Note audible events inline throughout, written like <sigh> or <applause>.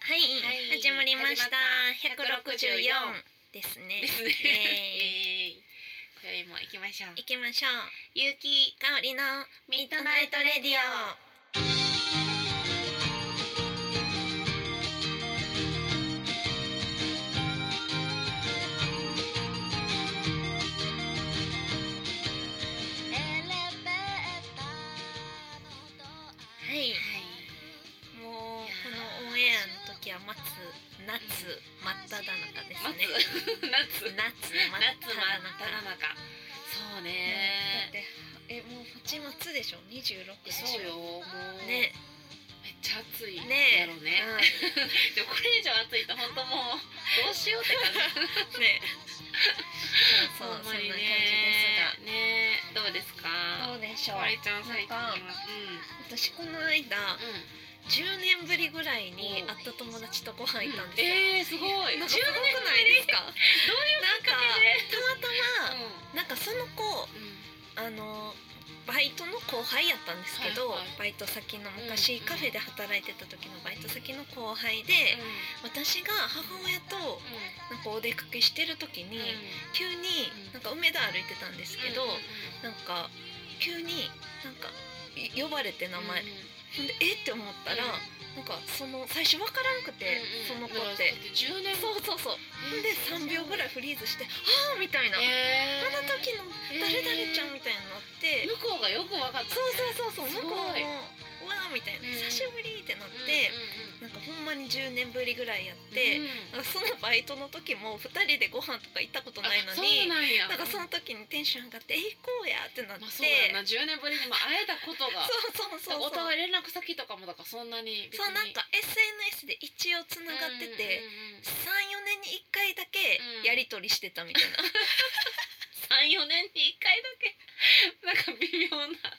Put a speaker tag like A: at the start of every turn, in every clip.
A: はい、
B: はい
A: 始まりました。
B: 始
A: 164
B: まった
A: ですね。
B: ですね。
A: え
B: えー今宵も行きましょ
A: ー。
B: う
A: 行きましょう。
B: ゆうき
A: 香りのミッ
B: ミッ
A: ド
B: ド
A: ナ
B: ナ
A: イ
B: イ
A: ト
B: ト
A: レ
B: レ
A: デ
B: デ
A: ィ
B: ィ
A: オ。はい、もうこのオンエアの時は待つ夏真っ只中です
B: 松
A: ね。夏真っ只
B: 夏夏真っ
A: 中。
B: 只中そう
A: だっ
B: ね
A: てえもう八月でしょ、二十六でしょ。
B: そうよもう
A: ね
B: めっちゃ暑い
A: ね
B: やろねでもこれ以上暑いと本当もうどうしようって感じ
A: うん、 <laughs> ね。そうそう
B: ほん
A: そ
B: ま
A: んな感じ
B: に
A: です
B: ねねどうです
A: が。ど
B: か
A: うでしょう
B: か。りちゃん最近は
A: なん私この間
B: うんうん
A: 十年ぶりぐらいに会った友達とご飯行ったんですよ。
B: えーすごい
A: なんかすごくないですか？
B: どういう
A: なんかたまたま、
B: う
A: なんかその子
B: んうん
A: あのバイトの後輩やったんですけど、
B: はいはい
A: バイト先の
B: うん
A: 昔
B: うん
A: カフェで働いてた時のバイト先の後輩で、私が母親と
B: う
A: なんかお出かけしてる時に、
B: ん
A: 急に
B: うん
A: なんか梅田歩いてたんですけど、
B: うんうん
A: なんか急になんかい呼ばれて名前、
B: うん
A: ほんでえって思ったら、なんかその最初わからんくて、その子って。
B: 十年
A: そうそうそうほんで3秒ぐらいフリーズして「ああ」みたいな、
B: え
A: あの時の誰々ちゃん
B: え
A: みたいになって、
B: 向こうがよくわかった
A: そうそうそうそう
B: すご
A: 向
B: い
A: こうもうわーみたいな
B: うん
A: 久しぶりってなって、なんかほんまに10年ぶりぐらいやって、なんかそのバイトの時も2人でご飯とか行ったことないの
B: そう
A: に
B: なんや
A: なんかその時にテンション上がって「え行こうや」ってなって、
B: まあそうだな十年ぶりにも会えたこと
A: <laughs>
B: が
A: そうそうそうそう
B: お互い連絡先とかもだからそんなに
A: そうなんか SNS で一応つながってて、34年に1回だけ
B: うん
A: やり取りしてたみたい
B: <laughs>
A: な、
B: 三四年に一回だけ <laughs> なんか微妙な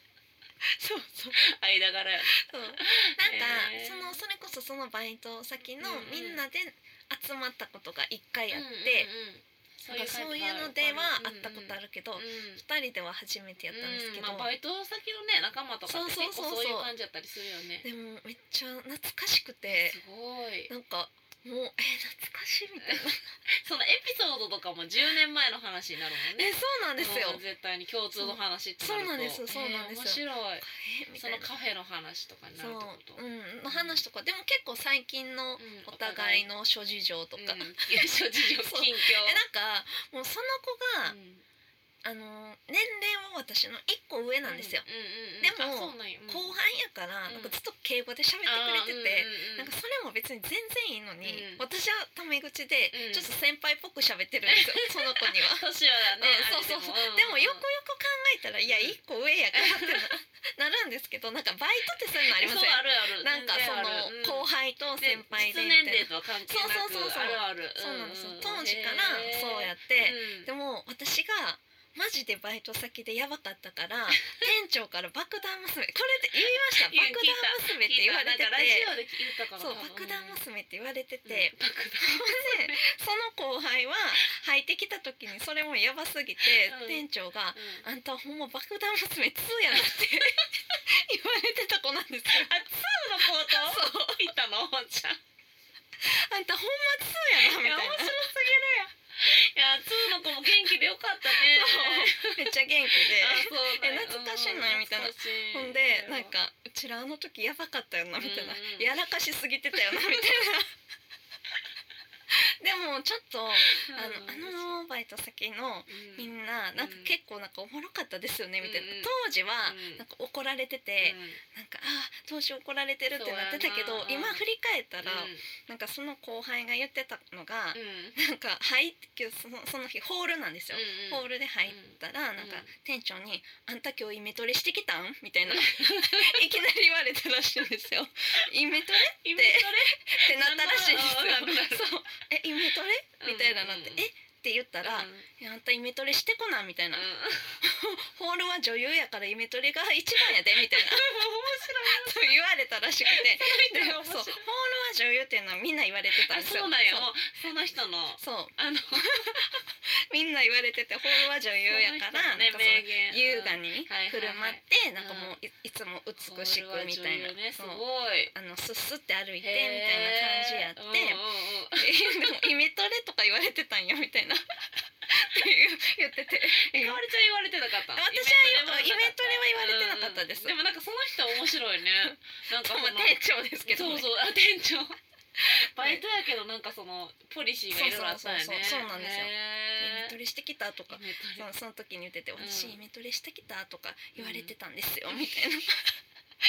A: そうそう
B: 間柄や
A: そうなんか、
B: へー
A: そのそれこそそのバイト先の
B: うんうん
A: みんなで集まったことが1回あって、
B: そ
A: なんかそういうのではあったことあるけど、二人では初めてやったんですけど、
B: うんまあ、バイト先のね仲間とかって結構
A: そうそうそうそう
B: そういう感じだったりするよね
A: でもめっちゃ懐かしくて
B: す
A: <laughs>
B: ごい
A: なんかもうえー懐かしいみたいな
B: そのエピソードとかも10年前の話になるもん
A: <laughs> え
B: ね
A: そうなんですよ
B: もう絶対に共通の話ってなると
A: そうそうなんですそ
B: えー面
A: えーみた
B: 白いそ
A: い
B: の
A: な
B: カフェの話とかにな
A: そ
B: る
A: う
B: ってこと
A: うんの話とかでも結構最近の
B: うん
A: お互い
B: の
A: の諸事情とか、
B: <laughs>
A: えなん
B: うん、諸事情
A: そう
B: 近況
A: かもうその子が、
B: うん
A: あのー年齢は私の1個上なんですよ、
B: うんうんうん
A: でも
B: あそうなんやうん
A: 後輩やから、
B: うん
A: なんかずっと敬語で喋ってくれてて、
B: あーうんうんうん
A: なんかそれも別に全然いいのに、
B: うん
A: 私はタメ口で
B: うん
A: ちょっと先輩っぽく喋ってるんですよ、
B: <laughs>
A: その子には。
B: 年
A: う
B: はね、
A: ん
B: あれ
A: そうそうそう
B: も
A: でもよくよく考えたらいや一個上やからって
B: <laughs>
A: ななるんですけどなんかバイトってそういうのありませ
B: そうあ
A: ん
B: るある
A: なんかそ
B: 全然ある
A: の
B: うん
A: 後輩と先輩で
B: 実
A: み
B: 年
A: たい
B: 齢
A: な
B: とは関係なく
A: そうそうそうそう
B: あるある
A: そうなんですよ
B: ん
A: 当時からそうやって
B: うん
A: でも私がマジでバイト先でやばかったから
B: <laughs>
A: 店長から爆弾娘これって言いました爆
B: 言う聞いた
A: 弾娘って言われて
B: なんかラジ
A: て
B: オで言ったから
A: そう
B: 多分
A: 爆弾娘って言われて
B: うん
A: て
B: 爆
A: でその後輩は入ってきた時にそれもやばすぎて
B: うん
A: 店長が
B: 弾うん
A: あんたほんま爆弾娘2やなって <laughs> 言われてた子なんですよ。
B: あツーのコート言ったのおんちゃん
A: あんたほんま2
B: い
A: や
B: や
A: な
B: 面
A: みた
B: 白
A: いな。
B: すぎるやんいやツーの子も元気でよかったね
A: めっちゃ元気で。
B: そうなんや
A: え懐かしいな
B: うん
A: みたいな
B: 懐かしい
A: ほんでなんかうちらあの時やばかったよなみたいな、
B: うんうん
A: やらかしすぎてたよなみたいな。 <laughs> でもちょっと
B: うん
A: あのあのバイト先の
B: うん
A: みんななんか
B: うん
A: 結構なんかおもろかったですよねみたいな
B: うんうん
A: 当時は
B: うん
A: なんか怒られて
B: う
A: て
B: ん
A: なんかあー当時怒られてるってなってたけ
B: そう
A: ど
B: やな
A: 今振り返ったら
B: うん
A: なんかその後輩が言ってたのが、
B: うん
A: なんか入ってそのその日ホールなんですよ、
B: うん
A: ホールで入ったら、なんか
B: うん
A: 店長に「あんた今日イメトレしてきたん?」みたいな <laughs> いきなり言われたらしいんです
B: <laughs>
A: よ。イメトレっ
B: イメトレ
A: てなったらしいんです
B: なんだろうなんだろ
A: よ。そうえイメトレみたいななって「
B: うん
A: えっ?」て言ったら
B: うん
A: 「いやあんたイメトレしてこな」みたいな
B: うん <laughs>
A: 「ホールは女優やからイメトレが一番やで」みた
B: <laughs>
A: いなと言われたらしくてで
B: 面白い
A: そうホールは女優っていうのはみんな言われてたん
B: あ
A: ですよ。
B: そうなんやもうその人の
A: そう
B: あの
A: みんな言われてて「ほうわじゃん」言うや
B: <laughs>
A: から、なん
B: ね
A: かその
B: 名言
A: 優雅
B: に
A: に
B: はいはいはい
A: 振る舞って、なんかもういいつも美しくみたいな、
B: ね、す
A: そ
B: ごいう
A: あのスッスって歩いてみたいな感じやって、
B: へーうんうんうん
A: え <laughs> でもイメトレとか言われてたんやみたいなっていう言ってて
B: えかおりちゃん言われてなかった
A: 私はイメトレは言われてなかったです
B: うんうんでもなんかその人面
A: <laughs>
B: 白いねなんかそ
A: ま
B: の
A: あ店長ですけど、ね、
B: そうそうあ店
A: <laughs>
B: 長バイトやけどなんかそのポリシーがいろいろあったよね
A: そうそうそうそうなんですよイメ
B: へ
A: ト
B: ー
A: レしてきたとか
B: イメトレ
A: そのその時に言ってて「
B: ん
A: 私イメトレしてきた」とか言われてたんですよ、みたいな <laughs>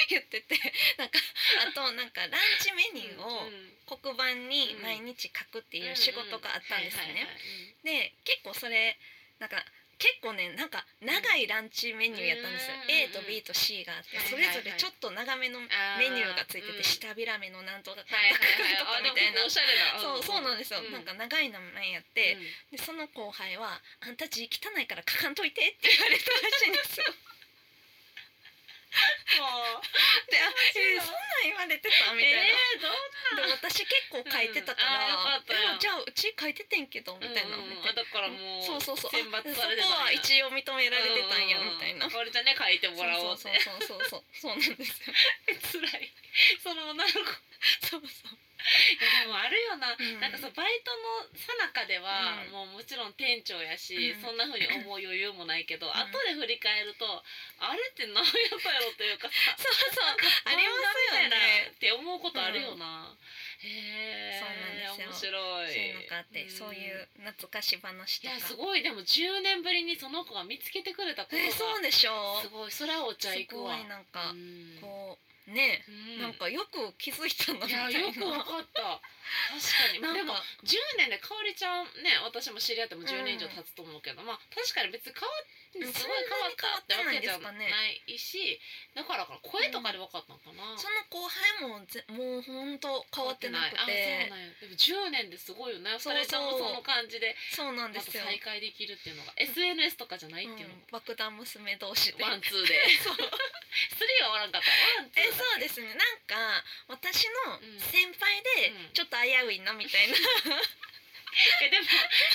A: 言っててなんかあとなんかランチメニュー
B: う
A: を
B: ん
A: 黒板に毎日書くっていう仕事があったんですよね。で結構それなんか結構ねなんか長いランチメニューやったんですよ
B: うん
A: A と B と C があって
B: はい
A: そ
B: はい
A: れ
B: はい
A: ぞれちょっと長めのメニューがついてて
B: 下
A: 下びらめのなんと
B: <laughs>
A: かとか
B: はいはいはいあ
A: み
B: でも
A: たいな
B: おしゃれだ
A: そうそうなんですよ
B: う
A: なんか長い名前やって
B: うん
A: でその後輩は「あんた字汚いから書かんといて」って言われたらしいんです
B: <laughs>
A: よ。
B: もう
A: であえー
B: 面白い
A: そんなん言われてたみたいな。
B: えーどう
A: で私結構書いてたか
B: うん
A: ら「
B: あーよかったよ
A: えじゃあうち書いててんけど」みたいな
B: うんうん
A: み
B: うん
A: たい
B: あ
A: な。
B: だからもう
A: そうそうそう。あ
B: 選抜されてた
A: そ
B: んや
A: こは一応認められてたんや
B: ううう
A: みたいな。
B: かおりちゃんね書いてもらおうっ
A: そ
B: て
A: うそうそうそうそうそうなんですよ
B: 辛いその女の子
A: そうそう
B: いやでもあるよな、
A: うん
B: なんかさバイトの最中では、
A: うん
B: もうもちろん店長やし、
A: うん
B: そんな風に思う余裕もないけど、
A: ん
B: 後で振り返るとあれって何やったやろというかさ
A: そうそうありますよね
B: こんなんみたいなって思うことあるよな、へえ
A: そうなんですそういう
B: 面白い
A: のがあって、そうい
B: ん
A: う懐かし話
B: い
A: とか
B: やすごいでも10年ぶりにその子が見つけてくれたことが
A: えそうでしょ
B: すごいそれはお
A: す
B: 茶行く
A: ご
B: わ
A: いなんか
B: う、ん
A: こうね、
B: うん
A: なんかよく気づいたなみ
B: い
A: た
B: や
A: いな
B: よくわかった確かに
A: な
B: で
A: ん
B: も
A: か
B: 10年でかおりちゃんね私も知り合っても10年以上経つと思うけど、まあ確かに別に変わ
A: うん
B: すごい変わったってわけじゃないしだからか声とかで分かったのかな、
A: その後輩もぜもう本当変わってなく
B: あ
A: て
B: そうなんやでも10年ですごいよね
A: そ
B: そうれとも
A: そう
B: その感じで
A: そうなん
B: また
A: ですよ、
B: 再会できるっていうのが SNS とかじゃないっていううの
A: ん、爆弾娘同士で
B: が、ワンツーで
A: そう
B: <laughs> スリーはおらんかったワンツー
A: えそうですねなんか私の先輩で
B: うん
A: ちょっと危ういなみたい
B: <laughs>
A: な、
B: えでも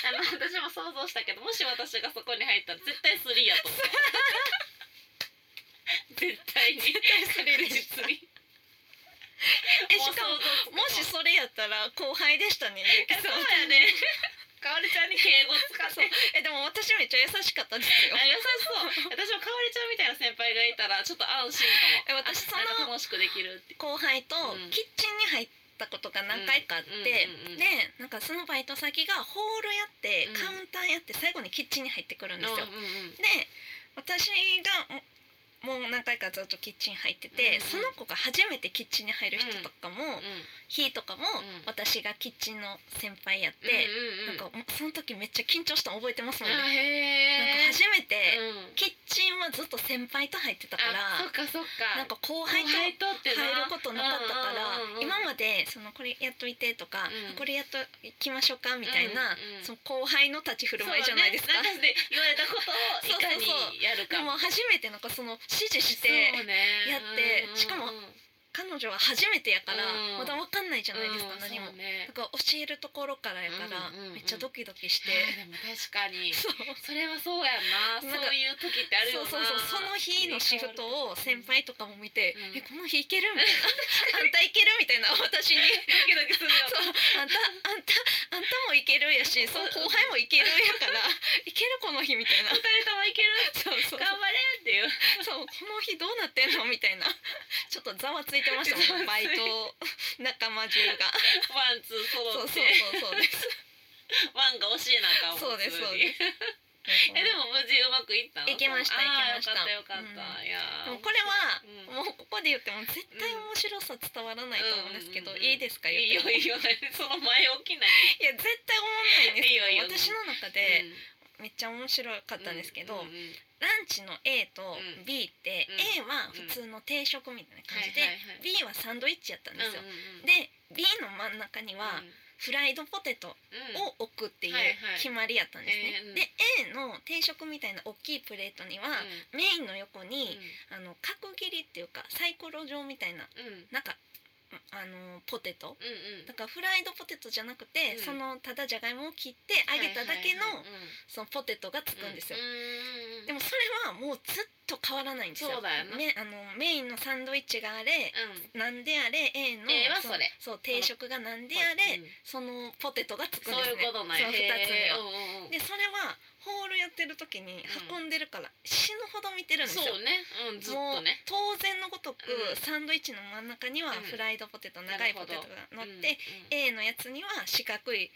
B: あの私も想像したけどもし私がそこに入ったら絶対スリーや
A: <laughs>
B: と思う絶対に
A: スリーでした
B: 確実に
A: えしかもも
B: <laughs> も
A: し
B: し
A: それやったら後輩でしたね。ゆうき
B: そう
A: さん
B: や
A: <laughs>
B: ねかおりちゃんに敬語使っ
A: そう
B: て
A: えでも私めっちゃ優しかったんですよ
B: あ。優しそう私もかおりちゃんみたいな先輩がいたらちょっと安心かも
A: え私その
B: あなんか楽しくできるって
A: 後輩と
B: うん
A: キッチンに入ったことが何回かあって、
B: うんうんうんうん
A: でなんかそのバイト先がホールやって
B: うん
A: カウンターやって最後にキッチンに入ってくるんですよ。
B: うんうんうん
A: で私がももう何回かずっとキッチン入ってて、
B: うんうん
A: その子が初めてキッチンに入る人とかも、日とかも
B: ん
A: 私がキッチンの先輩やって、
B: うんうんうん
A: なんかもうその時めっちゃ緊張したの覚えてますもんね。
B: あ
A: なんか
B: へえ
A: 初めて、
B: うん
A: キッチンはずっと先輩と入ってたか
B: あそ
A: ら
B: っかそっか
A: なんか後
B: 後
A: 輩と入
B: 輩
A: る
B: とってな
A: ことなかったから、
B: うんうんうんうん
A: 今までそのこれやっといてとか、
B: うん
A: これやっといきましょうかみたいな、
B: うんうん
A: その後輩の立ち振る舞いじゃないですか。
B: そうね、なんかで言われたことをいかにやる
A: <laughs> で
B: か
A: も初めてなんかその指示して
B: そうね
A: やって
B: うんうんうん
A: しかも彼女は初めてやから、
B: うん
A: まだわかんないじゃないですか、
B: うん
A: 何も
B: そう。ね
A: だから教えるところからやから、
B: うんうんうん
A: めっちゃドキドキして、
B: あーでも確かに
A: そう
B: それはそうやん
A: なん
B: な
A: か
B: そういう時ってある
A: そ
B: よ
A: う
B: な
A: そうそうその日のシフトを先輩とかも見て「
B: うん
A: えこの日いける?」みたい <laughs> な「あんたいける?」みたいな私
B: <laughs>
A: に
B: ドキドキする
A: 「そ
B: よ
A: うあんたあんたあんたもいけるやしそう後輩もいけるやからいけるこの日」みたいな
B: <laughs> <laughs> 二人ともいける
A: そうそう
B: 頑張れっていう
A: そうこの日どうなってんのみたいなちょっとざわついてました
B: ざ
A: も
B: わつ
A: ん
B: い
A: バイト仲間中
B: <laughs>
A: が
B: ワンツー
A: そ
B: 揃
A: う
B: っ
A: そう
B: て
A: そうそうです
B: ワンが惜しいなか
A: そうですそうです
B: すえでも無事うまくいったの
A: いけましたいけま
B: あー
A: した
B: よかったよかった、いや
A: で
B: ー
A: もこれはも
B: うん
A: うここで言っても絶対面白さ伝わらないと思うんですけど、
B: うんうんうん
A: いいですか言っても
B: いいよいいよその前起きない
A: いや絶対思わないんですけど
B: いいよいいよ
A: 私の中でめっちゃ面白かったんですけど、
B: うんうんうん
A: ランチの A と
B: うん
A: B って、A
B: う
A: は普通の定食みたいな感じで、
B: はいはいはい
A: B はサンドイッチやったんですよ。
B: うんうんうん
A: で B の真ん中にはフライドポテト
B: うん
A: を置くっていう
B: はいはい
A: 決まりやったんですね。で
B: えーうん
A: A の定食みたいな大きいプレートには、
B: う
A: メインの横
B: ん
A: に、あの角切りっていうかサイコロ状みたいな
B: うんうん
A: なんかあのポテト
B: うんうん
A: だからフライドポテトじゃなくて、
B: うん
A: そのただじゃがいもを切って揚げただけの、
B: はいはいはい
A: そのポテトがつくんですよ、
B: うん、
A: で
B: も
A: もそれはもうずっと変わらないんですよ
B: そうだよな
A: めあのメインのサンドイッチがあれ、
B: うん
A: なんであれ A の
B: A はそれ
A: そうそう定食がなんであれ、
B: うん
A: そのポテトがつくんです
B: そ
A: ね
B: ういうことない
A: その2つ目は
B: うんうんうん
A: でそれはホールやってる時に運んでるから死ぬほど見てるんですよ、
B: そうねうんずっ
A: もう
B: とね
A: 当然のごとく、
B: うん
A: サンドイッチの真ん中には
B: うん
A: フライドポテト、長
B: ないる
A: ポ
B: ほ
A: テ
B: ど
A: トが乗って、A
B: え
A: のやつには四角い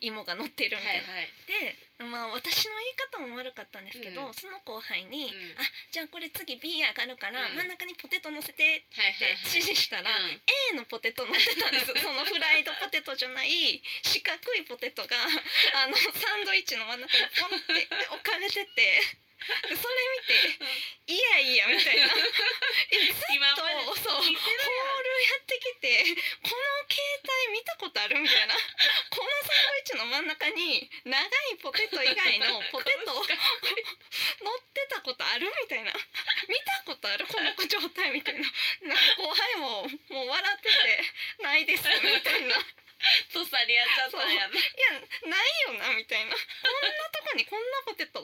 A: 芋が乗ってるみたい
B: はい
A: な、
B: はい
A: でまあ私の言い方も悪かったんですけど、
B: うん
A: その後輩に、
B: うん
A: あじゃあこれ次 B 上がるから、
B: うん
A: 真ん中にポテト乗せて
B: は
A: っ
B: い
A: て
B: はいはい
A: 指示したら、
B: うん
A: A のポテト乗ってたん
B: <laughs>
A: ですそのフライドポテトじゃない四角いポテト
B: <laughs>
A: があのサンドイッチの真ん中にポンって置かれててでそれ見て「いやいや」みたい
B: <laughs>
A: な
B: 今
A: と
B: もう
A: そうホール
B: 似てる
A: やってきてこの携帯見たことあるみたいな <laughs> このサンドイッチの真ん中に長いポテト以外
B: <laughs>
A: のポテト乗ってたことあるみたいな見たことあるこの状態みたいななんか後輩ももう笑っててないですみたいない
B: やんとさりやっちゃったんやな
A: やないよなみたいなこんなとこにこんなポテ
B: <laughs>
A: ト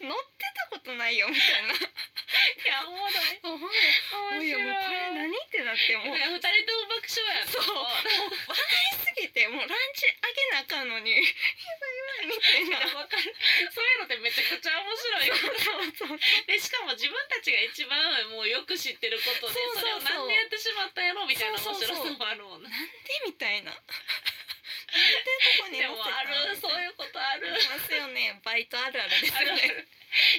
A: 乗ってたことないよみたいない
B: やおもろい
A: もうほん
B: 面
A: ともういや
B: 白い
A: もうこれ何ってなってもう
B: いや二人とも爆笑やん
A: そうもう笑いすぎてもうランチあげなあかんのに <laughs> やばいやばいみたい
B: いや
A: な
B: わかるそういうのってめちゃくちゃ面白いよ
A: そうそうそう
B: でしかも自分たちが一番もうよく知ってることで
A: そうそうそ
B: そ
A: う
B: れをなんでやってしまったんやろみたいな面白さもあるもんな
A: なんでみたいななんで
B: で
A: こ
B: も
A: こ
B: ある
A: に載せ
B: そう
A: た
B: いうことある
A: ありますよねバイトあるある <laughs> です
B: ある
A: よ
B: あ
A: ね
B: る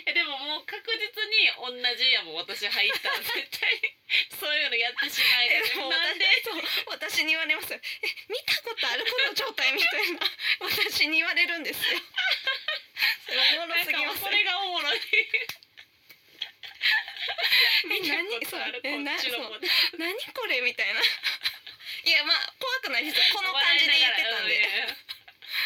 B: えでももう確実に同じやもん私入ったら絶対そういうのやってしま
A: え
B: い
A: でも
B: なんで
A: 私そう私に言われますえ見たことあるこの状態みたいな私に言われるんですよそれおもろ
B: なん
A: すぎ
B: か
A: ま
B: もう
A: す
B: これがおもろい
A: え何
B: そうあるこ
A: えな
B: っちの
A: そう
B: こで
A: 何これみたいないやまあ怖くないですこの感じで言ってたんで <laughs>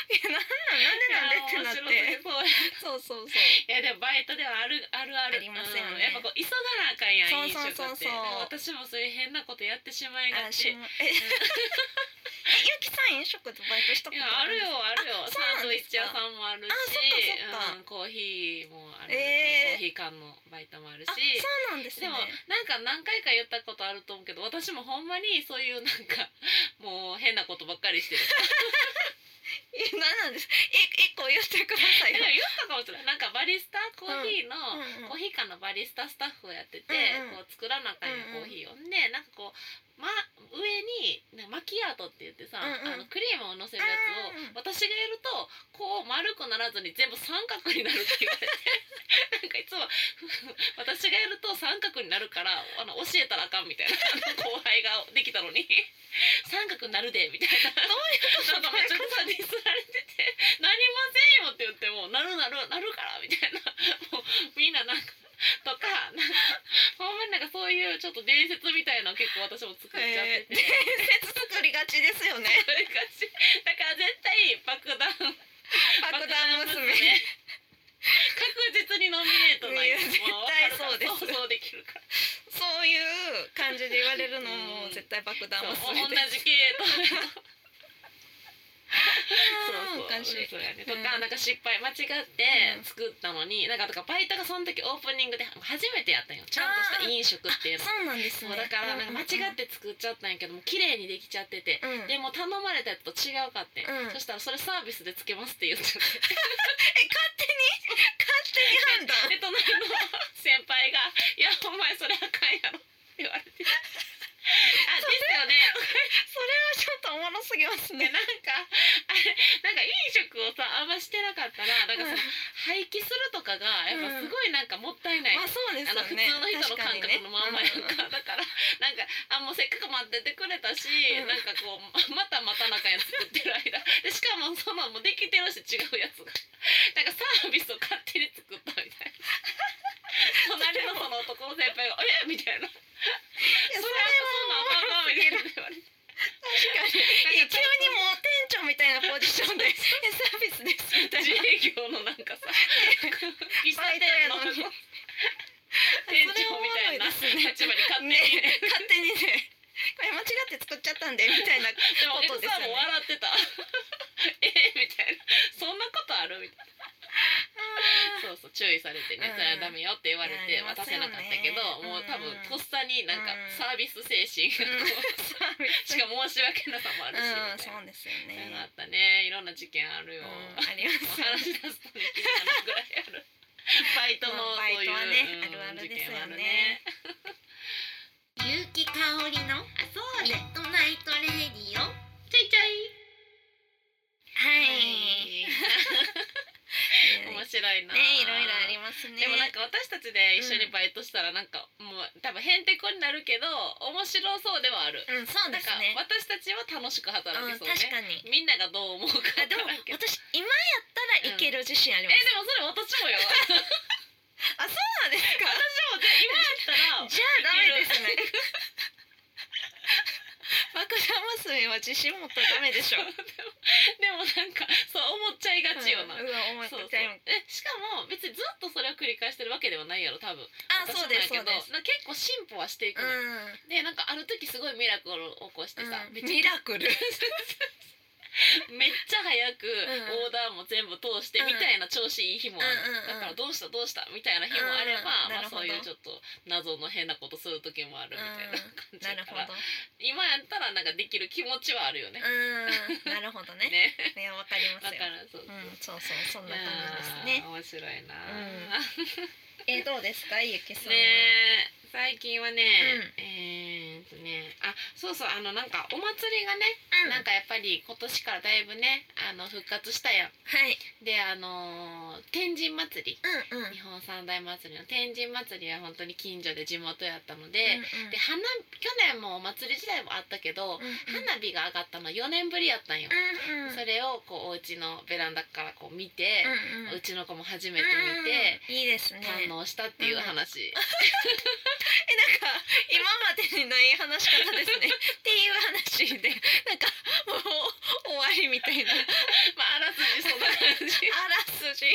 A: いやなんなんなんでなんでってなって
B: なって
A: そうそうそう
B: いやでもバイトではあるあるある
A: ありますよね
B: うんやっぱこう急がなあかんやん飲
A: そう
B: 食
A: そうそう
B: って
A: そう
B: なんか私もそういう変なことやってしまいが
A: あ
B: ち
A: し
B: い
A: まええ <laughs> ゆきさん飲食でバイトしたこと
B: やあるよ
A: ん
B: あるよ
A: あそう
B: サ
A: な
B: ン
A: ん
B: ド
A: で
B: イッ
A: す
B: チ
A: か
B: 屋さんもあるし
A: あそっかそっか
B: うん、コーヒーもある、
A: えー
B: コーヒー缶のバイトもあるし
A: ですかあそうなんです
B: で
A: ね
B: もなんか何回か言ったことあると思うけど私もほんまにそういうなんかもう変なことばっかりしてる
A: え何なんですえ一個言ってください
B: でも
A: よ
B: 言ったかもしれないなんかバリスタコーヒーの、
A: うんうん
B: コーヒー館のバリスタスタッフをやってて、
A: うんうん
B: こう作らなあかんやんコーヒーを、んでなんかこう、ま、上になんかマキアートって言ってさ、
A: うんうん
B: あのクリームをのせるやつ
A: うんうん
B: を私がやるとこう丸くならずに全部三角になるって言われて <laughs> なんかいつも私がやると三角になるからあの教えたらあかんみたいな後輩ができ
A: <laughs>
B: たのに三角になるでみたいな。なんかめちゃくちゃディスられてて「なりませんよ」って言っても「なるなるなるから」みたいなもうみんななんかとかなんかほんまになんかそういうちょっと伝説みたいなの結構私も作っちゃって
A: えー、
B: て、
A: 伝説作りがちですよね
B: それがしだから絶対爆弾
A: <laughs> 爆弾娘
B: 確実にノミネートなんや
A: いや絶対
B: もわかるから
A: そうです
B: 想像できるから
A: そういう感じで言われるの
B: う
A: も
B: ん
A: 絶対爆弾
B: そう
A: 娘
B: 同
A: です
B: じ系統
A: あーおかしい
B: そうやね
A: う
B: と
A: ん
B: か、なんか失敗間違って
A: うん
B: 作ったのに、なんかとかバイトがその時オープニングで初めてやったんよちゃんとした飲食っていうの
A: そうなんです
B: そう
A: ね
B: だからなんか間違って作っちゃったんやけども綺麗にできちゃってて、
A: うんうんうん
B: でも頼まれたやつと違うかって、
A: うん
B: そしたらそれサービスでつけますって言っ
A: <laughs>
B: ちゃっ
A: え
B: て
A: 勝手に勝手に判断
B: で隣の先輩が「いやお前それあかんやろ」って言われて「あですよね」
A: それはちょっとおもろすぎます
B: で
A: ね
B: なんかあれなんか飲食をさあんましてなかったらなんかその廃棄するとかがやっぱすごいなんかもったいない、
A: まあそうです
B: あの
A: よ
B: 普通
A: ね
B: の人
A: 確
B: の
A: か
B: 感
A: に
B: 覚
A: ね
B: のまんまやん
A: うんうんうん
B: か、だからなんかあもうせっかく待っててくれたし、
A: ん
B: なんかこうまたまた中や作ってる間でしかもそのもうできてるし違うやつがなんかサービスを勝手に作ったみたいな隣のその男の先輩が「えみたいな「そ
A: いや
B: れ
A: それ
B: はそんなんあかんあかん」みたいな言われて
A: 確かにいや急にもう店長みたいなポジションでえサービスですみたい
B: 自
A: な
B: 営業のなんかさ喫茶店の <laughs>
A: バイトやのに
B: 店長みたいな
A: それおもろいですね
B: 立場に勝手に、
A: ね勝手にねこれ間違っって作っちゃったんでみたいな
B: でもお
A: こと
B: 客
A: です
B: さん
A: よ
B: も
A: ね
B: 笑ってた <laughs> えみたいなそんなことある
A: <laughs>
B: みたいなそうそう注意されてね、
A: うん
B: それはダメよって言われ
A: い
B: て
A: やありま
B: 渡
A: すよ
B: せ
A: ね
B: なかったけど、もう多分
A: うん
B: とっさになんか
A: うん
B: サービス精神がこう、 <laughs> しかも申し訳なさもあるし、
A: うん
B: みたい
A: そ
B: な
A: うですよ
B: そういうのあ
A: ね
B: ったねいろんな事件ある
A: うん
B: よ、
A: ありますよね
B: 話し出すとね気になるぐらいある
A: <laughs>
B: バイトの
A: まあ
B: そういう、
A: バイトはね
B: うん
A: あるあるですよね
B: 事件ある
C: ゆうきかおりの
B: あそう
C: ミ
B: ね
C: ッドナイトレディオは
B: ちょいちょい
A: ね
B: 面
C: い
B: 白いな
A: ねいろいろありますね
B: でもなんか私たちで一緒にバイトしたらなんかもう多分へんてこになるけど面白そうではある、
A: うんそう
B: な
A: で
B: ん
A: す
B: か
A: ね
B: 私たちは楽しく働
A: うん
B: け
A: 確
B: そ
A: か
B: うね、
A: に
B: みんながどう思う
A: あ
B: か分
A: で
B: か
A: も
B: らんけど
A: 私今やったらいける自信あり
B: え
A: ま、
B: ですもそれ私もよ私
A: <laughs> あそうなんですか
B: もじゃあ今やった
A: じゃあダメ
B: ら
A: です <laughs> ね。爆弾娘は自信持ったらダメでしょ。
B: でもなんかそう思っちゃいがちよな、
A: うんうわ思っ
B: そうそう
A: ちゃいま
B: えしかも別にずっとそれを繰り返してるわけではないやろ多分
A: あそうです
B: 私
A: そう
B: もやけど
A: です。
B: なんか結構進歩はしていく
A: う
B: の、
A: ん。
B: でなんかある時すごいミラクルを起こしてさ、
A: うん
B: めっちゃ
A: ミラクル。
B: めっちゃ早く
A: ん
B: オーダーも全部通して
A: うん
B: みたいな調子いい日もある、
A: うんうんうん
B: だからどうしたどうしたみたいな日もあれ
A: うん
B: ば、
A: うんな
B: まあ
A: るほ
B: そ
A: ど
B: ういうちょっと謎の変なことする時もあるみたいな <laughs> 感じ
A: な
B: だ
A: るほ
B: から、
A: ど。
B: 今やったらなんかできる気持ちはあるよね。
A: うん。なるほどね。
B: ね
A: いやわかりま
B: だ
A: す
B: か
A: よ。
B: らそ
A: う。
B: うそうん
A: そうそうそん
B: い
A: な
B: や
A: 感じ
B: ー
A: ですね。
B: 面白いな
A: うえどうですかゆきさんは。
B: ねえ最近はね、
A: う
B: えーっとねあそうそうあのなんかお祭りがね、
A: うん。
B: なんかやっぱり今年からだいぶねあの復活したやん
A: はい。
B: であのー天神祭り
A: うんうん。
B: 日本三大祭りの天神祭りは本当に近所で地元やったの
A: うん
B: で,、
A: うん
B: で花去年もお祭り時代もあったけど、
A: うんうん
B: 花火が上がったの4年ぶりやったんよ、
A: うんうん
B: それをこうお家のベランダからこう見て、
A: う
B: うん
A: うん。
B: ちの子も初めて見て、
A: うんうんいいですね。
B: 堪能したっていう話、
A: えなんか今までにない話し方です <laughs> ねっていう話でなんかもう終わりみたいなあ
B: <laughs> まああらすじそんな感
A: <laughs>
B: じい
A: らすじ、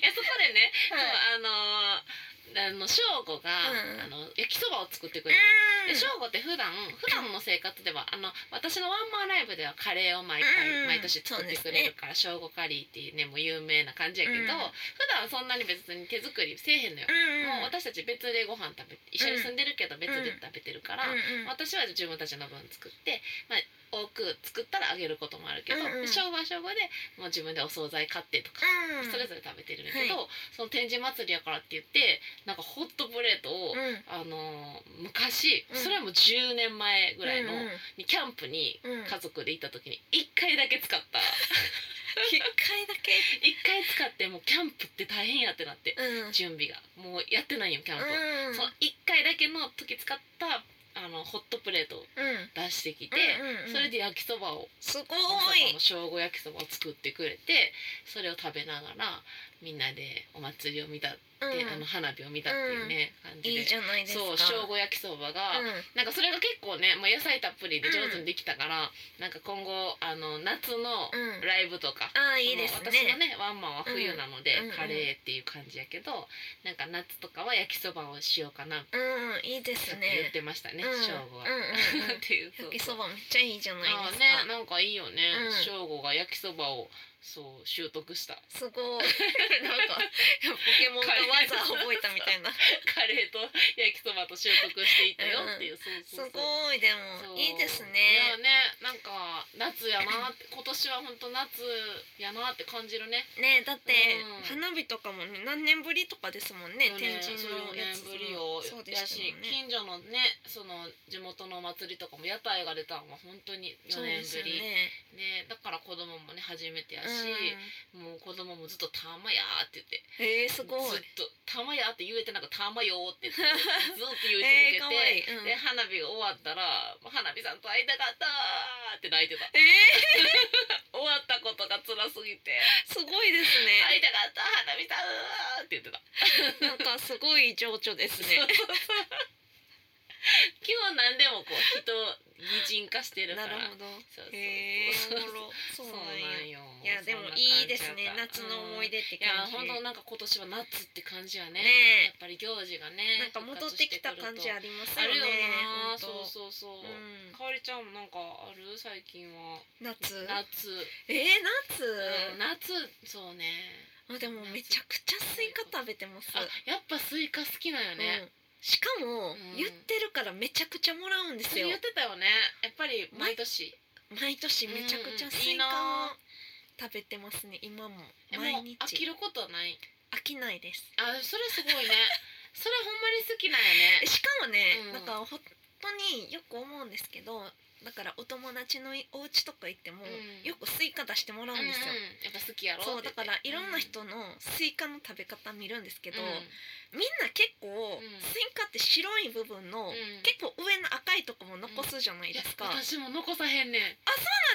B: やそこでね、
A: はい、
B: そうあのーあの翔吾が、
A: うん
B: あの焼きそばを作ってくれて
A: うん
B: で翔吾って普段普段の生活ではあの私のワンマンライブではカレーを毎
A: うん
B: 回毎年作って
A: そ
B: く
A: うです
B: れ
A: ね
B: るから翔吾、カリーっていうねもう有名な感じやけど、
A: うん
B: 普段そんなに別に手作りせえへんのよ、もう私たち別でご飯食べて一緒に住んでるけど別で食べてるから、
A: うんうん
B: 私は自分たちの分作って、まあ、多く作ったらあげることもあるけど
A: うんうん
B: 翔吾、は翔吾でもう自分でお惣菜買ってとか。
A: うん
B: それぞれ食べてるんだけど、その天神祭りやからって言ってなんかホットプレートを
A: うん
B: あのー昔、
A: うん
B: それはもう10年前ぐらいの、
A: うんうん
B: にキャンプに
A: うん、
B: 家族で行った時に1回だけ
A: <laughs>
B: 使った
A: 一回だけ、
B: 1回使ってもうキャンプって大変やってなって
A: うん、
B: 準備がもうやってないよキャンプ、
A: うん
B: その1回だけの時使ったあのホットプレートを
A: うん
B: 出してきて、
A: うんうん、
B: それで焼きそばを
A: すご
B: まさか
A: い
B: の正午焼きそばを作ってくれてそれを食べながらみんなでお祭りを見たっ
A: う
B: て、
A: ん
B: あの花火を見たっていうね、感じで
A: いいじゃないですか
B: そう正午焼きそばが、
A: うん
B: なんかそれが結構ね、まあ、野菜たっぷりで上手にできたから、なんか今後あの夏の
A: うん、
B: ライブとか、
A: ああいいです
B: その私の
A: ね
B: ねワンマンは冬なので、
A: うんうん
B: カレーっていう感じやけどなんか夏とかは焼きそばをしようかなって
A: うんいいです
B: 言っ
A: ね
B: てましたね
A: うん
B: 正午は。
A: うんうんうん
B: <laughs> っていうそう
A: 焼きそばめっちゃいいじゃない
B: あ
A: です
B: あ
A: か、
B: ねなんかいいよね
A: うん
B: 正午、が焼きそばをそう習得した
A: すご
B: <laughs>
A: いなんかポケモンが技覚えたみたいな
B: カレーと焼きそばと習得していったよっていう、
A: す
B: そうそうそう
A: ごいで
B: そ
A: も
B: う
A: いいです
B: いや
A: ね
B: ね、なんか夏やなって、今年は本当夏やなって感じるね。
A: ねだって
B: うん
A: 花火とかもね何年ぶりとかですもんね
B: 去
A: 天
B: 年
A: 神の
B: 4
A: や
B: 年
A: つも
B: ぶりを
A: そうで
B: や
A: した
B: し
A: もん、ね
B: 近所のね、その地元のお祭りとかも屋台が出たのは本当に4
A: そう
B: 年
A: です
B: ぶ
A: よ
B: り。
A: ね
B: ね、だから子供もね初めてや
A: うん
B: し、もう子供もずっとたまやーって言っ
A: えー
B: て、
A: すごい
B: ずっとたまやーって言えてなんかたまよーっ
A: <laughs>
B: て言ってずっと言
A: えー
B: い
A: か
B: 続
A: わ
B: け
A: い
B: て、
A: いうん
B: で花火が終わったらもう花火さんと会いたかったーって泣いてた。
A: えー
B: 終わったことが辛すぎて。
A: すごいです
B: 会
A: ね
B: いたかった花見さんうわーって言ってた。 <laughs>
A: なんかすごい情緒ですね
B: 基本何でもこう人を擬人化してるか
A: な
B: ら
A: るほど
B: そうそうそう
A: へえおもろそう
B: そう
A: な
B: なん
A: や
B: んよ
A: いやでもいいですね夏の思い
B: 出
A: 出って
B: いや
A: 感じ
B: 本当なんか今年は夏って感じやねや
A: ね
B: っぱり行事がね
A: なんか戻ってきた感じあります
B: あ
A: よ
B: るよ
A: ね
B: な
A: ほんと
B: そうそうそう、
A: うん
B: かおりちゃんもなんかある最近は
A: 夏
B: 夏、
A: えー、夏、
B: うん夏そうね
A: あでもめちゃくちゃスイカ食べてます、
B: あやっぱスイカ好きなんよ
A: う
B: ね、
A: んしかも、
B: うん
A: 言ってるからめちゃくちゃもらうんです
B: それ
A: よ
B: 言ってたよねやっぱり毎年
A: 毎年めちゃくちゃス
B: うんいい
A: イ
B: な
A: カを食べてますね今も
B: えもう
A: 毎日
B: 飽きることはない
A: 飽きないです
B: あそれすごい <laughs> ねそれほんまに好きなん
A: え
B: やね
A: しかもね、
B: うん
A: なんか本当によく思うんですけどだからお友達のお家とか行っても、
B: うん
A: よくスイカ出してもらうんですよ、
B: やっぱ好きやろ
A: そうだからいろんな
B: け
A: 人のスイカの食べ方見るんですけど、
B: うん
A: みんな結構、
B: ん
A: スイカって白い部分の、
B: うん
A: 結構上の赤いとこも残すじゃないですか、
B: いや私も残さへんねん、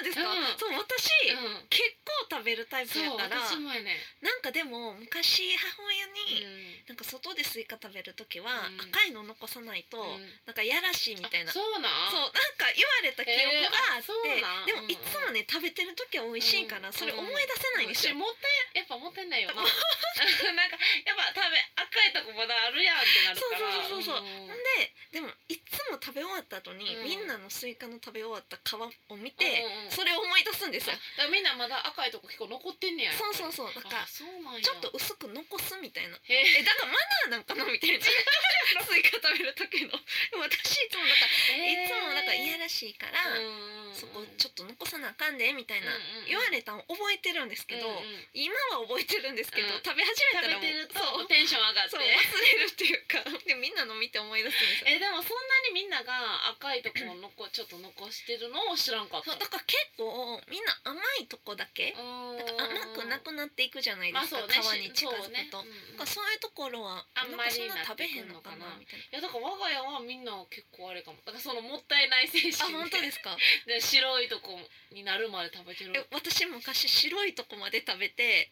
A: なんですか、
B: うん
A: そう私、
B: うん、
A: 結構食べるタイプ
B: そう
A: やから
B: 私もやね
A: なんかでも昔母親
B: う
A: に、なんか外でスイカ食べる時は、
B: うん
A: 赤いの残さないと、
B: んうん
A: なんかやらしいみたいな
B: あそうなん
A: そうなんか言われた記憶があって、
B: えーあそうなん
A: でもいつもね食べてる時は美味しいから、
B: うん
A: それ思い出せないんですよ、
B: うん私もったいやっぱもったいない <laughs> よななんかやっぱ食べ赤いとこまだあるやんってなるから
A: そうそうそうそう
B: うん
A: ほんででもいつも食べ終わった後に、
B: うん
A: みんなのスイカの食べ終わった皮を見て、
B: うんうん
A: それを思い出すんです
B: あ
A: よ
B: だ、からみんなまだ赤いとこ結構残ってんねや
A: そうそうそうなん
B: あ
A: か
B: そうなんや
A: ちょっと薄く残すみたいな
B: へえ
A: えだからマナーなんかなみたい
B: <laughs>
A: なスイカ食べる時のでも私いつもなんか、いつもなんかいやらしいから、
B: うんうんうん
A: そこちょっと残さなあかんでみたいな、
B: うんうん
A: 言われたの覚えてるんですけど、
B: うんうん
A: 今は覚えてるんですけど、
B: うん
A: 食べ始めたら
B: 食べ
A: もう
B: てると
A: そう
B: テンション上がっ
A: そ
B: て
A: う忘れるっていうかでみんなの見て思い出すんですよ
B: えでもそんなにみんなが赤いとこをのこちょっと残してるのを知らんかっ
A: そ
B: た
A: うだから結構みんな甘いとこだけだから
B: 甘
A: 甘くなくなっていくじゃないで
B: まあ
A: すか、
B: そうね
A: 皮に
B: し
A: 近づく
B: そうね
A: と、
B: うんうん
A: だからそういうところは
B: あんまり
A: なんかそんな食べへんのかなみたいない
B: やだから我が家はみんな結構あれかもだからそのもったいない精
A: あ
B: 神
A: 本当ですすか
B: <laughs> で白いとこになるまで食べてる
A: え私昔白いとこまで食べて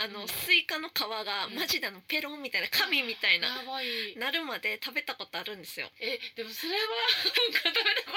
A: あの、
B: うん
A: スイカの皮がマジであのペロンみたいな紙みたいな、
B: やばい
A: なるまで食べたことあるんですよ。
B: えでもそれはなんか食べたことあるんですよてか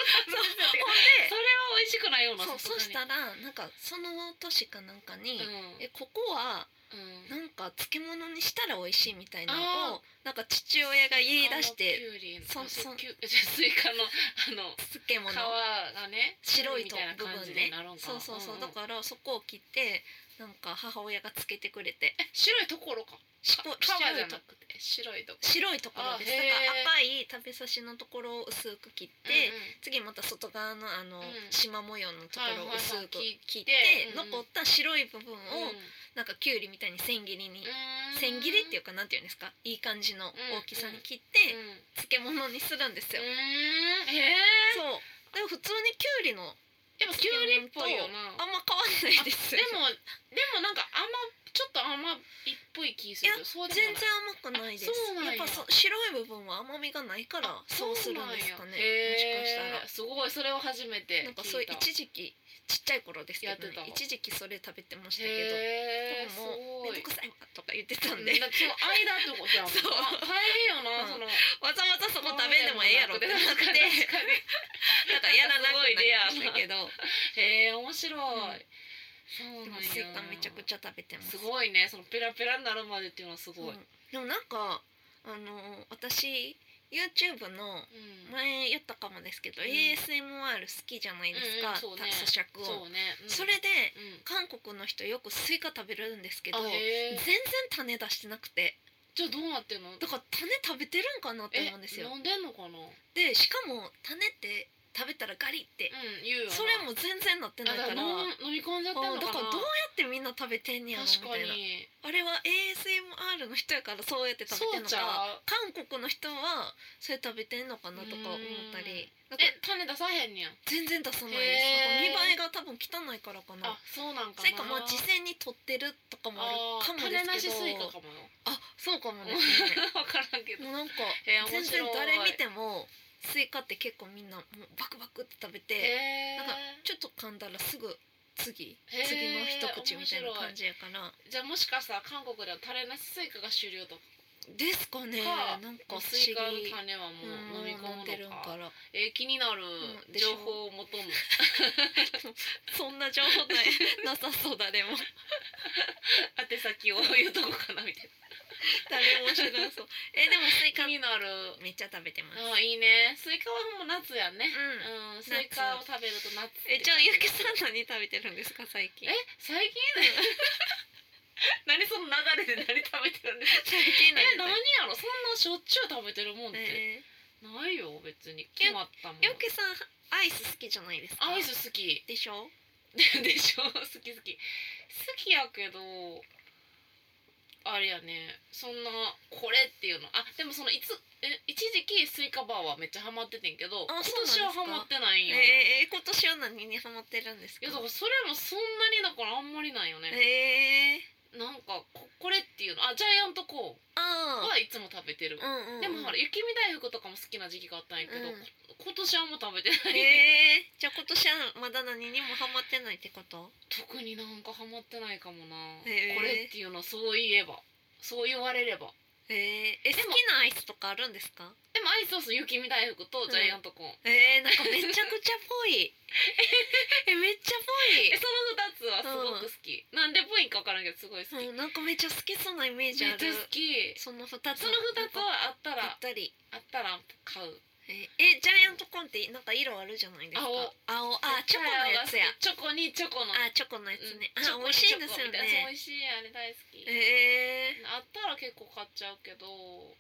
B: そ
A: ほ
B: れは美味しくないようん
A: で
B: な
A: そうそし
B: ら
A: たらなんかその年かなんかに、
B: うん
A: えここは
B: うん
A: なんか漬物にしたら美味しいみたいなの
B: あ
A: をなんか父親が言い出し
B: あ
A: て
B: のきゅうりの
A: そうそう
B: あきゅう <laughs> じゃあスイカのあの
A: 漬物
B: 皮がね
A: 白いと
B: みたいな
A: 部
B: 感
A: 分
B: じ
A: ね
B: になるんか
A: そうそうそう、
B: んん
A: だからそこを切ってなんか母親がつけてくれて
B: え白いところか
A: し
B: か
A: こ
B: 皮
A: 白
B: じ
A: い
B: ゃ
A: と
B: なくて白いとこ
A: 白いところです
B: あ
A: だ
B: へ
A: か
B: ー
A: ら赤い食べさしのところを薄く切って、次また外側のあの、
B: ん
A: 縞模様のところを薄く
B: はいはいは
A: 切っ
B: い
A: て、
B: 切ってうんうん
A: 残った白い部分を、
B: うんうん
A: なんかきゅうりみたいに千切りに、
B: うん
A: 千切りっていううかなんていうんですかいい感じの大きさに切っ
B: ん
A: て、
B: うん
A: 漬物にするんですよ、
B: へえ
A: そうでも普通にきゅうりの
B: やっぱきゅうりっぽいよな
A: あんま変わんないです
B: でもでもなんか甘ちょっと甘いっぽい気するけどそうでも
A: 全然甘くな
B: ない
A: いです
B: あそうなんや
A: やっぱそ白い部分は甘みがないからそうするんですかねも
B: そうなんや
A: しかした
B: へ
A: ら
B: ーすごいそれを初めて聞
A: なん
B: いた
A: かそういう一時期ちっちゃい頃ですけど、
B: やってた
A: ね
B: わ、
A: 一時期それ食べてましたけど
B: へー
A: でも
B: す
A: もう
B: ご
A: めんど
B: い
A: くさいわとか言ってたんで、
B: だってその間ってことやもん
A: そう
B: あ大変よ
A: う
B: な、
A: ん
B: その
A: わざわざそこ食べんでもええやろってなって
B: 確かに
A: なんかやらなくなりましたけど
B: へえ面白い、
A: うん
B: そう
A: で
B: な
A: も
B: んや
A: スイカめちゃくちゃ食べてます
B: すごいねそのペラペラになるまでっていうのはすごい、
A: うんでもなんかあの私 YouTube の
B: うん
A: 前言ったかもですけど、
B: うん
A: ASMR 好きじゃないです
B: うんう
A: か、
B: んそうね
A: た咀嚼を
B: そうね、うん
A: それで
B: うん
A: 韓国の人よくスイカ食べるんですけど
B: あ
A: 全
B: へ
A: 然
B: ー
A: 種出してなくて
B: じゃあどうなってんの
A: だから種食べてるんかなって
B: え
A: 思うんですよ
B: 飲んでんのかなうん
A: でしかも種って食べたらガリって、
B: 言うよな
A: それも全然なって
B: あ
A: ないから
B: だから飲ん飲み込んじゃってん
A: あ
B: の
A: だ
B: かな
A: からどうやってみんな食べてんねやろみ
B: 確か
A: たいな
B: に
A: あれは ASMR の人やからそうやって食べてんのか
B: そうちゃう
A: 韓国の人はそれ食べてんのかなとか思ったりなんか
B: え種出さへんねや
A: 全然出さないです
B: へ
A: なん
B: ー
A: か見栄えが多分汚いからかな
B: あそうなんか
A: それか
B: な
A: まあ事前に取ってるとかもあるかもですけど
B: あー種なしスイカかもよ
A: あそうかもですね
B: わからんけど <laughs>
A: もうなんか
B: えー
A: 全然
B: 面白い
A: 誰見てもスイカって結構みんなもうバクバクって食べて
B: えー、
A: なんかちょっと噛んだらすぐ次
B: へー
A: 次の一口みたいな感じやから
B: じゃあもしかしたら韓国ではタレなしスイカが主流と
A: ですかね
B: か
A: なんか不
B: もう
A: 思
B: スイカの
A: 議
B: 種はもう飲み込む
A: うん
B: の
A: てるん
B: か
A: から
B: えー気になる
A: うんでしょ
B: 情報を求む、
A: そんな情報ないなさそう誰も
B: <laughs> 宛先を言うとこかなみたいな
A: 誰も知らんそうえでもスイカ
B: 気になる
A: めっちゃ食べてます
B: あーいいねスイカはもう夏やんね
A: うん
B: うん、スイカを食べると夏って
A: えじゃあゆうきさ
B: 感
A: ん何食べてるんですか最
B: じ
A: 近
B: え最近 <laughs> 何その流れで何食べてるんですか
A: 最近
B: え何
A: 何
B: やろそんなしょっちゅう食べてるもんっ
A: 食べ
B: て、
A: え
B: ないよ別に決まったもん
A: ーゆうきさんアイス好きじゃないですか
B: アイス好き
A: でしょ
B: <laughs> でしょ好き好き好きやけどあれやねそんなこれっていうのあでもそのいつえ一時期スイカバーはめっちゃハマっててんけど今
A: あそうなんです
B: 年
A: か
B: はハマってないんよ、
A: えー、今年は何にハマってるんです
B: い
A: か
B: やだからそれもそんなにだからあんまりないよね、
A: えー、
B: なんかここれっていうのあジャイアントコーン
A: あ
B: はいつも食べてる、
A: あうんうん、うん、
B: でもほら雪見大福とかも好きな時期があったんやけど、
A: うん
B: こ今年はあんま食べてない、
A: えー、じゃあ今年はまだ何にもハマってないってこと
B: 特になんかハマってないかもな、
A: へえ
B: これっていうのはそういえばそう言われれば
A: えー、え好
B: で
A: き
B: も
A: なアイスとかあるんですか
B: でもアイスソース雪見大福とジャイアントコーン、
A: えー、なんかめちゃくちゃぽいえめっちゃ
B: えその2つはすごく好き、なんでポインか分からんけどすごい好
A: ぽ
B: き、
A: い、うん、なんかめっちゃ好きそうなイメ
B: め
A: ー
B: っ
A: ジ
B: ち
A: あ
B: ゃ
A: る
B: 好き
A: その2つ
B: その2つ
A: なんか
B: はあった
A: ぴ
B: ら
A: ったり
B: あったら買う
A: えーえジャイアントコーンってなんか色あるじゃないですか
B: 青
A: 青あチョコのやつや
B: チョコにチョコの
A: あチョコのやつね、
B: うんチョ
A: あ
B: コ
A: 美
B: に
A: 味しいですよ
B: チョコみたいなそう
A: ね
B: 美味しいあれ大好き
A: えー、
B: あったら結構買っちゃうけど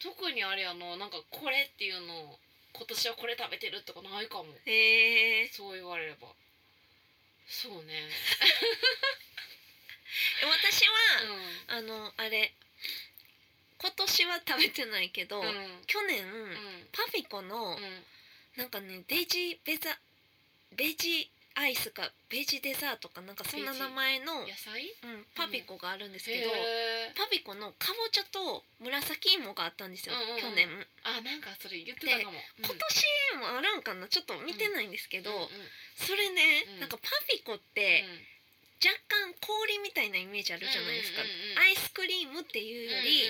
B: 特にあれやのなんかこれっていうの今年はこれ食べてるとかないかも
A: えー、
B: そう言われればそうね
A: <laughs> 私
B: う
A: は、
B: ん
A: あのあれ今年は食べてないけど、
B: うん
A: 去年、
B: う
A: パフィコの、
B: ん
A: なんかねデジベザベジアイスかベジデザートかなんかそんな
B: ベジ
A: 名前の、う
B: うん野菜
A: ん、パフィコがあるんですけ
B: へ
A: ど、
B: え
A: パフィコのかぼちゃと紫芋があったんですよ、
B: うんうんうん
A: 去年
B: あなんかそれ言ってたかも
A: 今年もあるんかなちょっと見てないんですけど、
B: うんうん
A: それね、
B: うん
A: なんかパフィコって若干氷みたいなイメージあるじゃないですか、
B: うんうんうんうん
A: アイスクリームっていうより、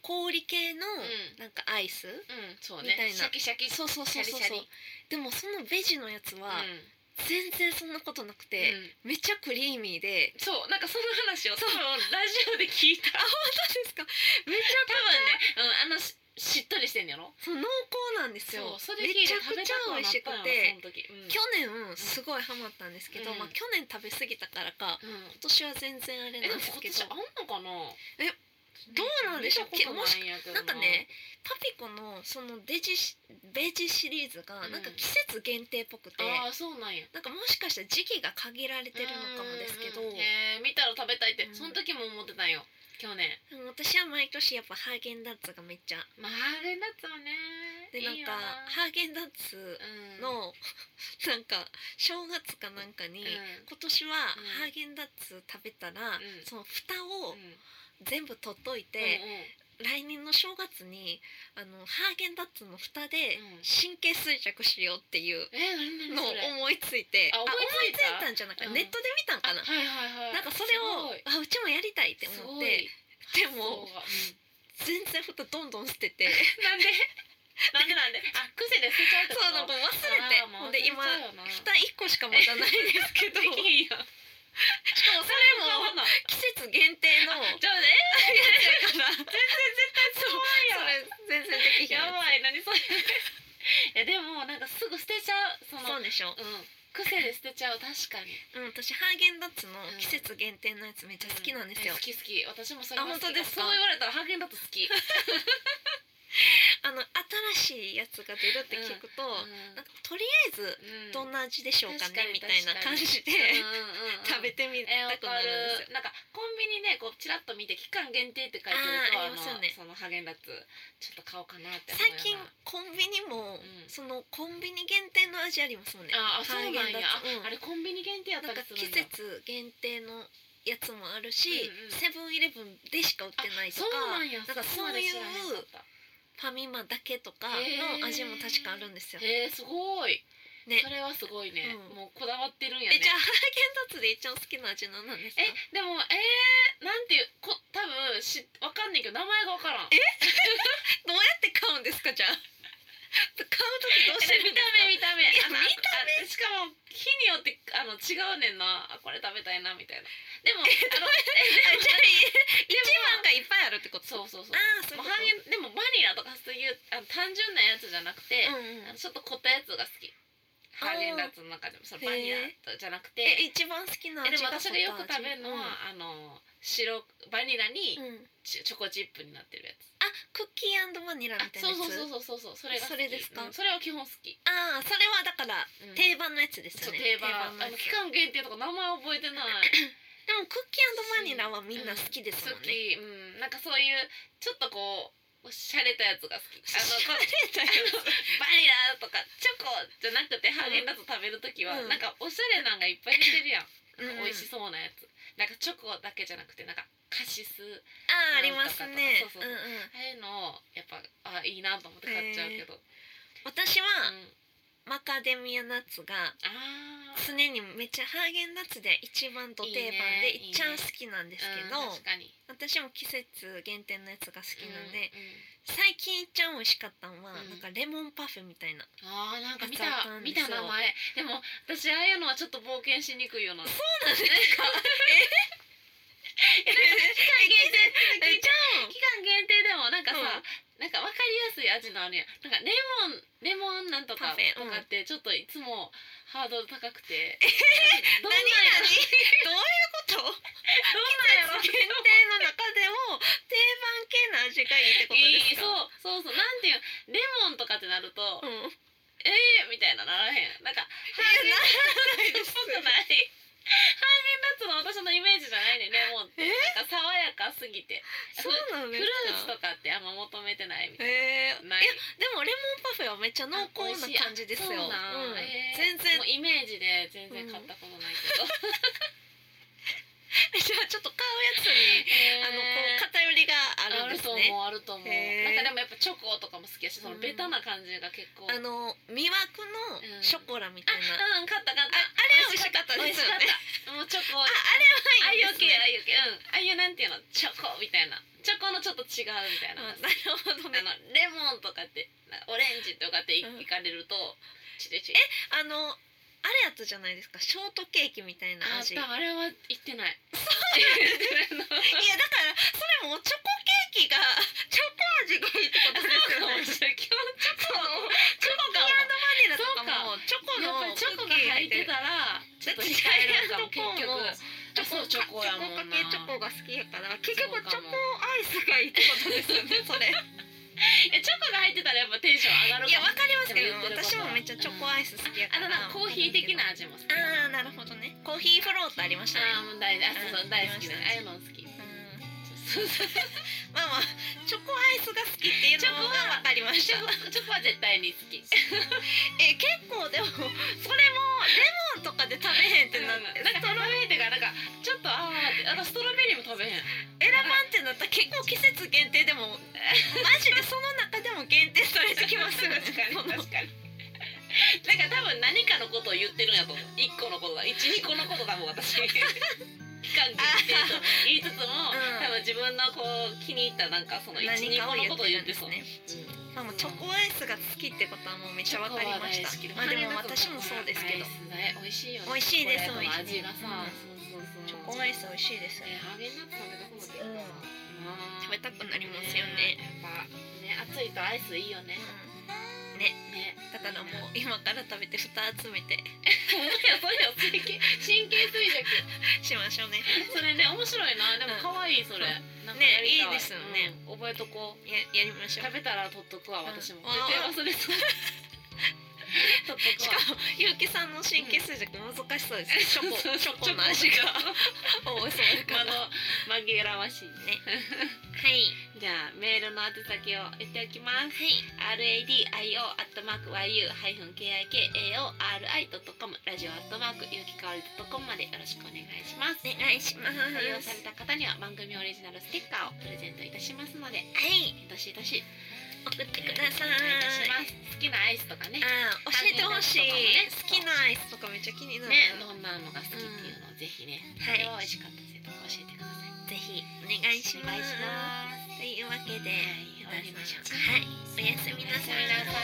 A: 氷系の
B: ん
A: なんかアイス、
B: うんうんうんうんそう
A: み
B: ね
A: たいな
B: シャキシャキ
A: そうそうそうそう
B: シャリシャリ
A: でもそのベジのやつは
B: うん
A: 全然そんなことなくて、
B: うん
A: めっちゃクリーミーで
B: そうなんかその話を多分ラジオで聞いた
A: そうですかめっち
B: 多分ね、うん、あのししっとりしてんや
A: ゃ
B: ろ
A: 濃厚なんですよ
B: そうそれ
A: め
B: 聞
A: ち
B: い
A: ゃ
B: て食
A: く
B: べ
A: ち
B: たく
A: ゃ
B: は
A: 美味
B: なっ
A: しくて去年すご
B: たんやろその時、うん
A: いハマったんですけど、
B: うん
A: まあ、去年食べ過ぎたからか
B: うん
A: 今年は全然あれ
B: えで
A: なん
B: も
A: です
B: 今
A: け
B: 年
A: ど
B: あんのかな
A: えどうなんでしょう
B: 見たことないんやけど
A: なんかねパピコのそのデジシベジシリーズが
B: うん
A: なんか季節限定っぽくて、
B: ああそうなんや
A: なんかもしかしたら時期が限られてるのかもですけど、
B: うんうんうんへえ見たら食べたいって、
A: うん
B: その時も思ってたんよ去年
A: でも私は毎年やっぱハーゲンダッツがめっちゃ
B: まああれだったね
A: でなんか
B: いいよな
A: ハーゲンダッツ
B: うん
A: の <laughs> なんか正月かなんかに、
B: うん
A: 今年はハ
B: うん
A: ーゲンダッツ食べたら、
B: うん
A: その蓋を
B: うん
A: 全部取っといて、
B: う
A: 来年の正月にあのハーゲンダッツの蓋で
B: うん
A: 神経衰弱しようっていうん
B: うん、え何何
A: のを
B: それ
A: 思いついて、
B: あ思いつい
A: 思いつ
B: た
A: いたんじゃなくて、
B: うん
A: ネットで見たんかな、
B: はいはいはい
A: なんかそれをあうちもやりたいって
B: す
A: 思っ
B: ご
A: て
B: い
A: です
B: ごい
A: も
B: 発想がうん
A: 全然蓋どんどん捨て
B: <laughs>
A: て
B: なんでなんでなんであ癖で捨てちゃうって
A: そ
B: こ
A: うなん
B: と
A: か忘れて
B: あーま
A: ほ
B: あ
A: んで今
B: 忘れちゃうよな
A: 蓋1個しかまだないんです
B: <laughs>
A: けどし
B: で
A: か
B: き
A: も
B: んやん
A: それ
B: <laughs>
A: も
B: な
A: 季節限定の
B: じゃあね
A: 全然絶対
B: 怖い
A: それ全然できひん
B: やばい何それいやでもなんかすぐ捨てちゃうそ
A: そ
B: の
A: うでしょ、
B: うん癖で捨てちゃう確かに
A: うん、私ハーゲンダッツの季節限定のやつめっちゃ好きなんですよ、
B: う好き好き私もそれ
A: あ本当ですか
B: そう言われたらハーゲンダッツ好き、
A: あの新しいやつが出るって聞くと、
B: うん
A: なんかとりあえず
B: うん
A: どんな味でしょうか
B: 確か
A: ね
B: に
A: みたいな感じで
B: うんうんうん
A: 食べてみ
B: えー、わ
A: たくな
B: か
A: るんです
B: る
A: よ、
B: なんかコンビニねこうチラッと見て期間限定って書いてると
A: あーあ
B: あ
A: り
B: の
A: ますよね
B: そのハーゲンダッツちょっと買おうかなって思う
A: 最
B: よな
A: 近コンビニも、
B: うん
A: そのコンビニ限定の味ありますもんね
B: ああそうなんや
A: ハーゲンダッツうん
B: ああれコンビニ限定やっ
A: な
B: た
A: ん
B: り
A: か
B: するん
A: 季
B: や
A: 節限定のやつもあるし、
B: うんうん
A: セブンイレブンでしか売ってないと
B: あそう
A: か
B: なんや
A: なんかそういうファミマだけとかの味も確かあるんですよ。
B: えー、すごい
A: ね
B: それはすごいね、
C: うん
B: もうこだわってるんやね
C: えじゃあハーゲンダッツで一番好きな味なんなんですか
B: えでもえー、なんていうこ多分しわかんないけど名前がわからん
A: え
B: <laughs>
A: どうやって買うんですかじゃあ買う時どう
B: え
A: してる
B: 見
A: ん
B: た目
A: ですか
B: 見た目
A: いや見た
B: あのあしかも日によってあの違うねんなあこれ食べたいなみたいなでもあの
A: あ <laughs> じゃあい
B: で
A: 一
B: も
A: 番がいっぱいあるってこと
B: そうそうそう
A: ああそういう
B: もう
A: こ
B: ハーゲンでもバニラとかそういうあの単純なやつじゃなくて、
A: とうん
B: あ
A: うん
B: のちょっと凝ったやつが好き
A: あー
B: ハーゲンダッツの中でもそのバニラとじゃなく
A: え
B: てえ
A: 一番好きな味
B: でも
A: が
B: 私がよく食べるの
A: ポ
B: は、あの白バニラ
A: タージ
B: に
A: ュうんうん
B: チ,、チョコチップになってるやつ
A: あクッキーバニラ
B: あ
A: みたいな
B: そ
A: や
B: う
A: つ
B: そうそうそうそうそれが好き
A: それですか
B: うんそれは基本好き、
A: ああそれはだから
B: うん
A: 定番のやつです
B: そう
A: よね
B: 定番
A: の
B: あ
A: や
B: の
A: つ
B: 期間限定とか名前覚えてない
A: でもクッキーバニラはみんな好きで
B: 好
A: すもんね
B: きうんなんかそういうちょっとこう洒落たやつが好きあのこう
A: れたよ
B: <laughs> バニラとかチョコじゃなくてハーゲンダッツ食べる時は、
A: うん
B: なんかおしゃれなんがいっぱい出てるやん、なんか美味し
A: い
B: そうなやつなんかチョコだけじゃなくてなんかカシス
A: あーありますね
B: そうそうそう
A: うんうん
B: ああいうのをやっぱあいいなと思って買っちゃうけど、
A: 私は
B: うん、
A: マカデミアナッツが
B: あー
A: 常にめっちゃハーゲンダッツで一番ド定番で
B: いいね
A: いっちゃん好きなんですけど
B: うん確かに
A: 私も季節限定のやつが好きなんで、
B: うんうん
A: 最近いっちゃん美味しかったのは、
B: うん
A: なんかレモンパフェみたいな
B: あーなんか見た
A: やつあったん
B: 見
A: ですよ
B: た名前でも私ああいうのはちょっと冒険しにくいよなそうなんですか
A: えじゃん
B: 期間限定でもなんかさ、
A: うん
B: なんかわかりやすい味のあるやんなんかレモンレモンなんと
A: パ
B: か
A: フェう
B: と
A: ん
B: かってちょっといつもハードル高くて、ど
A: <laughs>
B: ん
A: 何何
B: なんやろ
A: どういうこと
B: どんなんやろ
A: 限定の中でも定番系の味がいいってこと
B: い
A: で
B: い
A: すか
B: そうそうそうなんていうレモンとかってなると、
A: うん
B: えーみたいなならへんなんかハーゲン
A: ない
B: ダッツっぽくないハーゲンダッツの私のイメージじゃないねレモンってなんか爽やかすぎて
A: そうなん
B: フ
A: で
B: ルーツ
A: す
B: と
A: か
B: かってあんま求めてないみたい
A: えー、い
B: な。ない
A: やでもレモンパフェはめっちゃ濃厚な感じですよ、
B: そうなん
A: うん
B: えー
A: 全然
B: もうイメージで全然買ったことないけど、
A: じゃあちょっと買うやつに、あのこう
B: えー
A: 偏りがあ
B: あ
A: るん
B: る
A: です
B: と思
A: ね
B: うあると思う、
A: へー
B: なんかでもやっぱチョコとかも好きやしそのベタな感じが結構、
A: あの魅惑の
B: うん
A: ショコラみた
B: あ
A: いな、
B: うん買った買った
A: ああれは美味しかったですよね
B: 美味しかっ
A: <laughs>
B: たもうチョコ
A: ああ
B: ああい
A: れは
B: う
A: いいです
B: 系
A: ね
B: ああいう系うんああいうなんていうのチョコみたいなチョコのちょっと違うみたいな、
A: うんなるほど
B: あ
A: ね
B: のレモンとかってなんかオレンジとかってい,、
A: うん
B: かれるとチリチリ
A: あのあれやったじゃないですかショートケーキみたいな
B: あ
A: 味い
B: だ
A: やだか
B: あれは言ってない
A: ら
B: <laughs>
A: それもチョコケーキが <laughs> チョコ味がいいってことですよね <laughs>
B: れない基本チョコのチョコ
A: キー
B: かも
A: バニラとかもチョコ
B: やっぱ
A: の
B: りチョコ
A: ク
B: が
A: ッキー
B: 入ってたらちょっと控えるのかも
A: ジャイアントコ
B: 結
A: ーン
B: 局
A: のチョコ
B: そうチョコやもんな
A: チョコかけチョコが好きやから結局チ
B: そ
A: ョコ
B: うかも
A: アイスがいいってことですよね
B: <laughs>
A: それ
B: えチョコが入ってたらやっぱテンション上がる
A: いやわ
B: かも
A: かりますけど
B: でも言ってること
A: 私もめっちゃチョコアイス好きやか
B: あ
A: ら
B: となんかコーヒー的な味も好きあ
A: ああなるほどねコーヒーフロートありましたね
B: あもう大好きあそうそう
A: うん
B: 大好き
A: ありました
B: ねああいうの好き
A: うん
B: そうそう
A: まあまあチョコアイスが好きっていうのが分かりまし
B: チ
A: た
B: ョコチョコは絶対に好き <laughs>
A: え結構でもそれもレモンとかで食べへんってな
B: なん
A: っ
B: か
A: て
B: ストロベリーってかなんかちょっとあーってなんかストロベリーも食べへん
A: 選ばんってなったら結構季節限定でもマジでその中でも限定されてきますよね
B: 確かに
A: その
B: 確かになんか多分何かのことを言ってるんやと思う一個のことだ一二個のことだもん私期間限定と言いつつも、
A: うん
B: 多分自分のこう気に入ったなんかその一
A: 何
B: 二
A: か
B: 個
A: を
B: の
A: 言
B: こ
A: っ
B: とを
A: て
B: 言
A: る
B: っ
A: ん
B: て
A: で
B: そ
A: す
B: う、
A: ね
B: うん
A: まあもうチョコアイスが好きってことはもうめっちゃ分かりました
B: チョコ
A: ま
B: は
A: あ
B: 大
A: で
B: 好き
A: も私もそうですけど
B: ハーゲンダッツのチョコアイスね美味しいよね
A: 美味しいです
B: チョコレートの味がさ、
A: チョ
B: そうそうそう
A: コアイス美味しいですよ
B: え
A: ね
B: ーハーゲンダッツ食べたこと
A: 食べたく
B: ない
A: なりますよね
B: やっぱね暑いとアイスいいよね
A: うんね
B: ね
A: だからもう今から食べて蓋集めて
B: ほんまやそれよ神経神経衰弱
A: しましょうね
B: そ
A: <laughs>
B: れね面白いなでも可愛いそれ、なんかやりた
A: ねいいですよね、
B: うん覚えとこう
A: ややりましょう
B: 食べたら取っとくわ
A: うん
B: 私も、
A: あ
B: 絶対忘れそう取っと
A: し
B: く
A: か
B: わ
A: もゆうきさんの神経衰弱難しそうですね、チョコチョコの味が多そうだか
B: あ
A: らは
B: の紛らわしいね
A: い
B: じゃあメールの宛先を言っておきます
A: はい
B: RADIO アットマーク YU-KIKAORI.com ラジオアットマークゆうきかおり .com までよろしくお願いします、
A: お願いしま
B: 採用
A: す
B: された方には番組オリジナルステッカーをプレゼントいたしますので
A: はい
B: どしどし
A: 送って
B: お
A: く
B: 願いい
A: だ
B: たし
A: さい
B: ます好きなアイスとかね
A: あー教えてほしい、
B: ハーゲンダッツとかも
A: 好きなアイスとかめっ
B: ね
A: ちゃ気になる
B: ね、どんなのが好きっていうのをぜひね、こ
A: はい
B: れは美味しかったですとか教えてください。
A: ぜひお願いします
B: お願いします
A: というわけで
B: はい
A: 終わりましょうかはいおやすみなさ
B: おやすみなさ
A: い
B: い